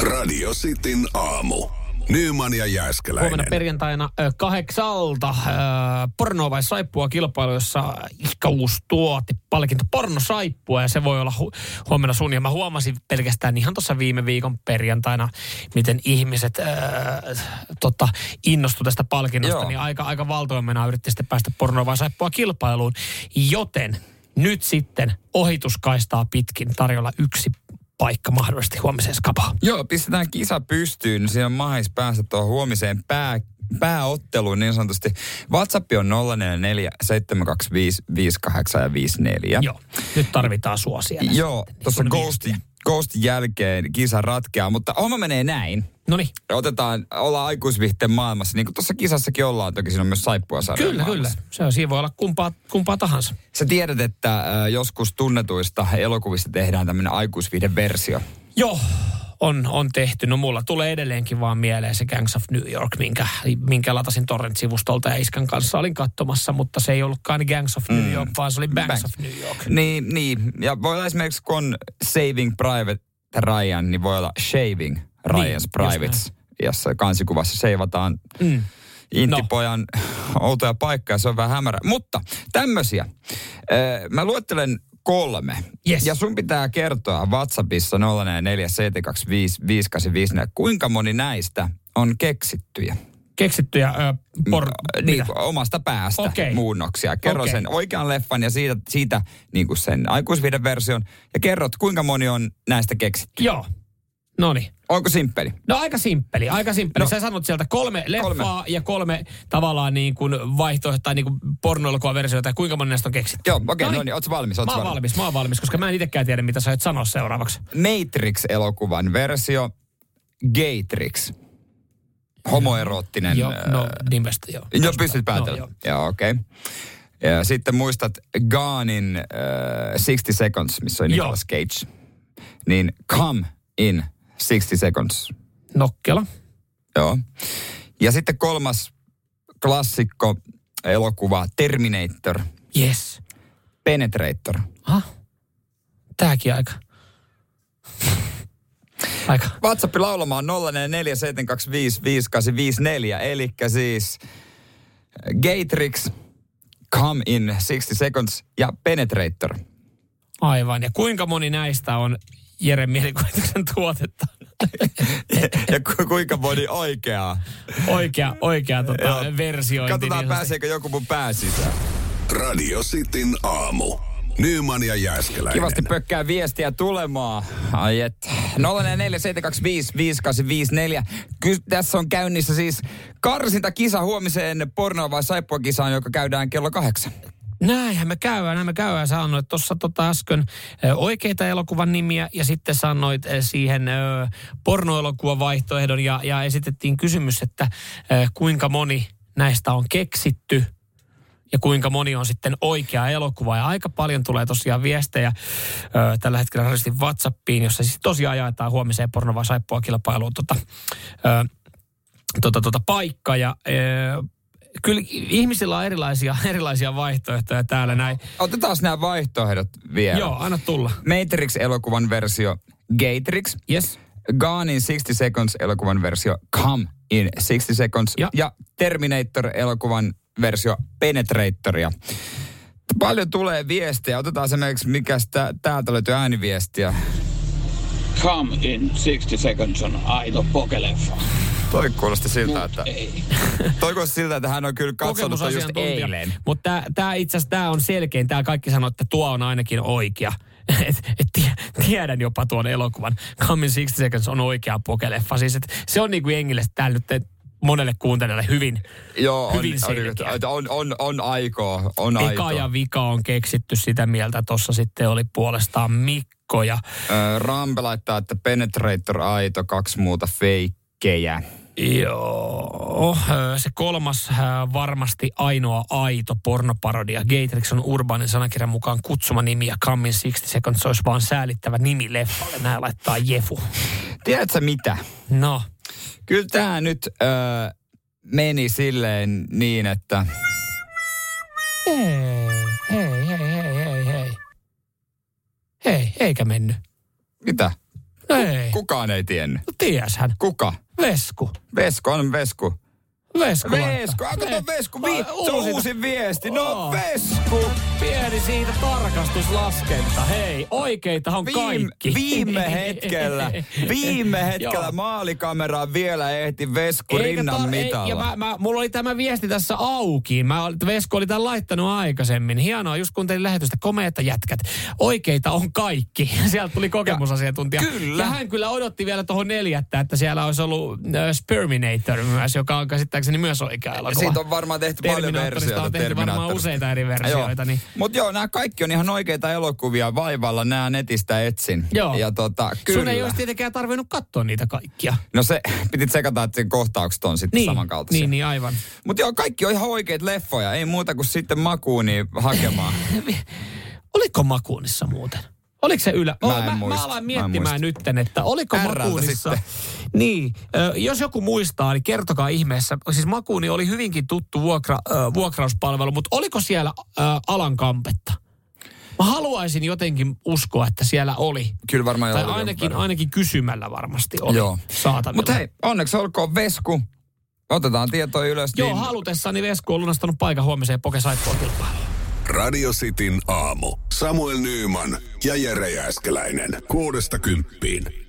Radio Cityn aamu. Nyman ja Jääskeläinen. Huomenna perjantaina ö, kahdeksalta ö, porno vai saippua kilpailu, jossa ihka uusi tuote, palkinto porno saippua ja se voi olla hu- huomenna sun. Ja mä huomasin pelkästään ihan tuossa viime viikon perjantaina, miten ihmiset ö, tota, innostu tästä palkinnosta, Joo. niin aika, aika valtoimena yritti sitten päästä porno vai saippua kilpailuun. Joten nyt sitten ohituskaistaa pitkin tarjolla yksi paikka mahdollisesti huomiseen skapaan. Joo, pistetään kisa pystyyn. Siinä on mahis päästä tuohon huomiseen pää, pääotteluun niin sanotusti. WhatsApp on 044 725 58 ja 54. Joo, nyt tarvitaan sua siellä. Joo, sitten, niin tuossa sun ghostin, viestiä. ghostin jälkeen kisa ratkeaa, mutta homma menee näin. Noniin, Otetaan, ollaan aikuisviihteen maailmassa, niin kuin tuossa kisassakin ollaan, toki siinä on myös saippua sarjoja kyllä, kyllä. maailmassa. Se on, siinä voi olla kumpaa, kumpaa tahansa. Sä tiedät, että äh, joskus tunnetuista elokuvista tehdään tämmöinen aikuisviihdeversio. Joo, on, on tehty. No mulla tulee edelleenkin vaan mieleen se Gangs of New York, minkä, minkä latasin Torrent-sivustolta ja Iskan kanssa olin katsomassa, mutta se ei ollutkaan Gangs of New York, mm. vaan se oli Banks, Banks. of New York. Niin, niin. Ja voi olla esimerkiksi, kun on Saving Private Ryan, niin voi olla Shaving Ryan's Niin, just Privates, jossa kansikuvassa seivataan mm. intipojan no. outoja paikkaa, se on vähän hämärä. Mutta tämmöisiä. Ö, Mä luettelen kolme. Yes. Ja sun pitää kertoa WhatsAppissa 0447255854, kuinka moni näistä on keksittyjä. Keksittyjä ö, por... Ö, mitä? Niin, omasta päästä Okei. okay. muunnoksia. Kerro Okei. okay. sen oikean leffan ja siitä, siitä niin kuin sen aikuisviiden version. Ja kerrot, kuinka moni on näistä keksitty. Joo, no niin. Onko simppeli? No aika simppeli, aika simppeli. No, No. Sä sanot sieltä kolme Kolme. leffaa ja kolme tavallaan niin kuin vaihtoehtoa tai niin kuin pornoelokuva versiota ja kuinka moni näistä on keksitty. Joo, okei, okay, no niin, ootko valmis? Ootko Mä oon valmis, mä oon valmis, koska mä en itekään tiedä, mitä sä et sanoa seuraavaksi. Matrix-elokuvan versio, Gatrix. Homoeroottinen. Joo, äh, no nimestä joo. Jos pystyt päätellä. joo. No, joo, okei. Okay. Ja sitten muistat Gaanin äh, 60 Seconds, missä oli Joo. Nicolas Cage. Niin Come in 60 Seconds. Nokkela. Joo. Ja sitten kolmas klassikko elokuva Terminator, Yes. Penetrator. Ha? Ah, Tääkin aika. aika. WhatsApp laulamaan 0447255854, eli siis Gatrix, Come in 60 Seconds ja Penetrator. Aivan. Ja kuinka moni näistä on Jeren mielikuvituksen tuotetta? Ja ku, kuinka moni oikeaa. Oikea, oikea tota, versiointi. Katsotaan niin sanotusti. pääseekö joku mun pää sisään. Radio Cityn aamu. Nyman ja Jääskeläinen. Kivasti pökkää viestiä tulemaan. Ai et. 0447255854. Ky- tässä on käynnissä siis karsintakisa huomiseen porno- vai saippuakisaan, joka käydään kello kahdeksan. Näinhän me käydään, näin me käydään. Sä annoit tuossa tota äsken ö, oikeita elokuvan nimiä ja sitten sä annoit ö, siihen ö, pornoelokuvan vaihtoehdon ja, ja esitettiin kysymys, että ö, kuinka moni näistä on keksitty ja kuinka moni on sitten oikea elokuva. Ja aika paljon tulee tosiaan viestejä ö, tällä hetkellä rasisti WhatsAppiin, jossa siis tosiaan jaetaan huomiseen porno vai saippua kilpailuun tota, ö, tota, tota paikka ja ö, Kyllä ihmisillä on erilaisia, erilaisia vaihtoehtoja täällä näin. Otetaan nämä vaihtoehdot vielä. Joo, anna tulla. Matrix-elokuvan versio Gatrix. Yes. Gaanin 60 Seconds-elokuvan versio Come in 60 Seconds. Ja. Ja, ja Terminator-elokuvan versio Penetratoria. Paljon tulee viestejä. Otetaan esimerkiksi, mikä sitä, täältä löytyy ääniviestiä. Come in 60 seconds on aito pokeleffa. Toi kuulosti siltä, että, No Ei. toi kuulosti siltä, että hän on kyllä katsonut ton just Kokemusasiantuntija. eilen. Mutta tämä itse asiassa tää on selkein. Tämä kaikki sanoo, että tuo on ainakin oikea. Et, et tie, tiedän jopa tuon elokuvan. Come in 60 Seconds on oikea pokeleffa. Siis et, se on niinku jengille täällä nyt et, monelle kuuntelijalle hyvin. Joo, on, Hyvin selkeä. on, on, on, on aikoo, on Eka aikoo. ja vika on keksitty sitä mieltä. Tuossa sitten oli puolestaan Mikko ja Ö, Rampe laittaa, että Penetrator aito, kaksi muuta feikkejä. Joo, ö, se kolmas ö, varmasti ainoa aito pornoparodia. Gatrix on urbaanin sanakirjan mukaan kutsuma nimi ja Come in 60 Seconds olisi vaan säälittävä nimi leffalle. Nää laittaa Jefu. Tiedätkö mitä? No, Kyllä tämä nyt ö, meni silleen niin, että... hei, hei, hei, hei, hei, hei. Hei, eikä mennyt. Mitä? Ei. Kukaan ei tiennyt. No tieshän. Kuka? Vesku. Vesku, on vesku. Vesku. Vesku, aika tuon vesku. Vi- se on uusi viesti. No Oo. vesku. Pieni siitä tarkastuslaskenta. Hei, oikeitahan Viime, kaikki. viime hetkellä, viime hetkellä Joo. maalikamera vielä ehti vesku Eikä rinnan ei- Ja mitalla. mä, mä, mulla oli tämä viesti tässä auki. Mä, olin- Vesko oli tämän laittanut aikaisemmin. Hienoa, just kuuntelin lähetystä. Komeita jätkät. Oikeita on kaikki. Sieltä tuli kokemusasiantuntija. Ja- kyllä. Ja hän kyllä odotti vielä tuohon neljättä, että siellä olisi ollut äh, Sperminator myös, joka on käsittääkseni myös oikea elokuva. Siitä on varmaan tehty paljon Terminaattorista versioita. on tehty varmaan useita eri versioita, niin- Mutta joo, nämä kaikki on ihan oikeita elokuvia vaivalla. Nämä netistä etsin. Joo. Ja tota, Sun kyllä. ei olisi tietenkään tarvinnut katsoa niitä kaikkia. No se, piti tsekata, että sen kohtaukset on sitten samankaltaisia. niin, niin aivan. Mutta joo, kaikki on ihan oikeita leffoja. Ei muuta kuin sitten makuun niin hakemaan. Oliko makuunissa muuten? Oliko se ylä... Oh, Mä en mä, muista, mä alan mä en muista. miettimään nytten, että oliko Ärrältä makuunissa... Niin, ö, jos joku muistaa, niin kertokaa ihmeessä. Siis makuuni oli hyvinkin tuttu vuokra, ö, vuokrauspalvelu, mutta oliko siellä ö, alan kampetta? Mä haluaisin jotenkin uskoa, että siellä oli. Kyllä varmaan Tai No, jonkun ainakin, verran. ainakin kysymällä varmasti oli Joo. saatavilla. Mutta hei, onneksi olkoon Vesku. Otetaan tietoa ylös. Joo, niin... halutessani Vesku on lunastanut paikan huomiseen Poke Saippua kilpailuun. Radio Cityn aamu. Samuel Nyyman ja Jere Jääskeläinen. Kuudesta kymppiin.